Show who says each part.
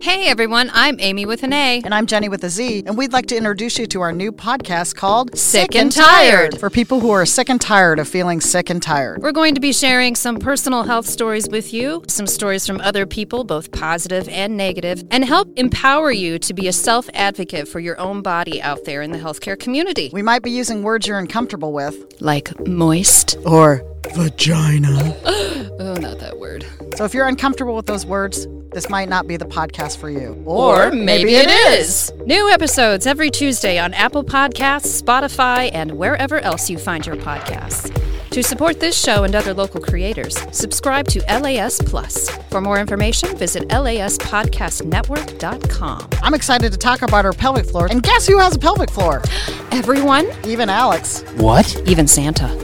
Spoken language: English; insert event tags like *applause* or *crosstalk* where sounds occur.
Speaker 1: Hey everyone, I'm Amy with an A.
Speaker 2: And I'm Jenny with a Z, and we'd like to introduce you to our new podcast called
Speaker 1: Sick and Tired.
Speaker 2: for people who are sick and tired of feeling sick and tired.
Speaker 1: We're going to be sharing some personal health stories with you, some stories from other people, both positive and negative, and help empower you to be a self advocate for your own body out there in the healthcare community.
Speaker 2: We might be using words you're uncomfortable with,
Speaker 1: Like moist.
Speaker 2: or vagina.
Speaker 1: Oh, not that word.
Speaker 2: So if you're uncomfortable with those words, this might not be the podcast for you.
Speaker 1: Or maybe it is. New episodes every Tuesday on Apple Podcasts, Spotify, and wherever else you find your podcasts. To support this show and other local creators, subscribe to LAS Plus. For more information, visit laspodcastnetwork.com.
Speaker 2: I'm excited to talk about our pelvic floor, and guess who has a pelvic floor?
Speaker 1: Everyone,
Speaker 2: Even Alex.
Speaker 3: What?
Speaker 1: *laughs* even Santa.